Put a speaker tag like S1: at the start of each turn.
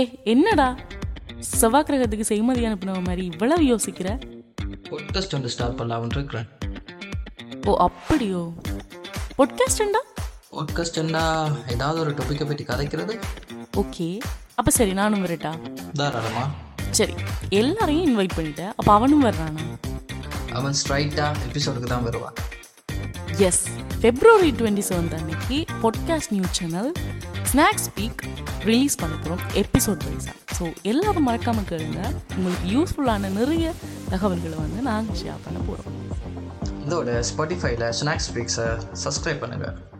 S1: ஏய் என்னடா செவ்வாய் கிரகத்துக்கு செய்மதி அனுப்புனவ மாதிரி இவ்வளவு யோசிக்கிற
S2: பொட்கஸ்ட் வந்து ஸ்டார்ட் பண்ணலாம்னு இருக்கிறேன்
S1: ஓ அப்படியோ பொட்காஸ்டண்டா
S2: பொட்கஸ்ட் என்ன ஏதாவது ஒரு டாப்பிக்கை பற்றி கதைக்கிறது
S1: ஓகே அப்போ சரி நானும் வரட்டா
S2: தாராளமா
S1: சரி எல்லாரையும் இன்வைட் பண்ணிட்டேன் அப்போ அவனும் வர்றானா
S2: அவன் ஸ்ட்ரைட்டாக எபிசோடுக்கு தான் வருவான்
S1: எஸ் ஃபெப்ரவரி டுவெண்ட்டி செவன்த் அன்னைக்கு podcast new channel snacks speak release பண்ண போகிறோம் எபிசோட் வைஸாக ஸோ எல்லாரும் மறக்காமல் கேளுங்க உங்களுக்கு யூஸ்ஃபுல்லான நிறைய தகவல்களை வந்து நாங்கள் ஷேர் பண்ண போகிறோம்
S2: இதோட ஸ்பாட்டிஃபைல ஸ்நாக்ஸ் பிக்ஸை சப்ஸ்கிரைப் பண்ணுங்கள்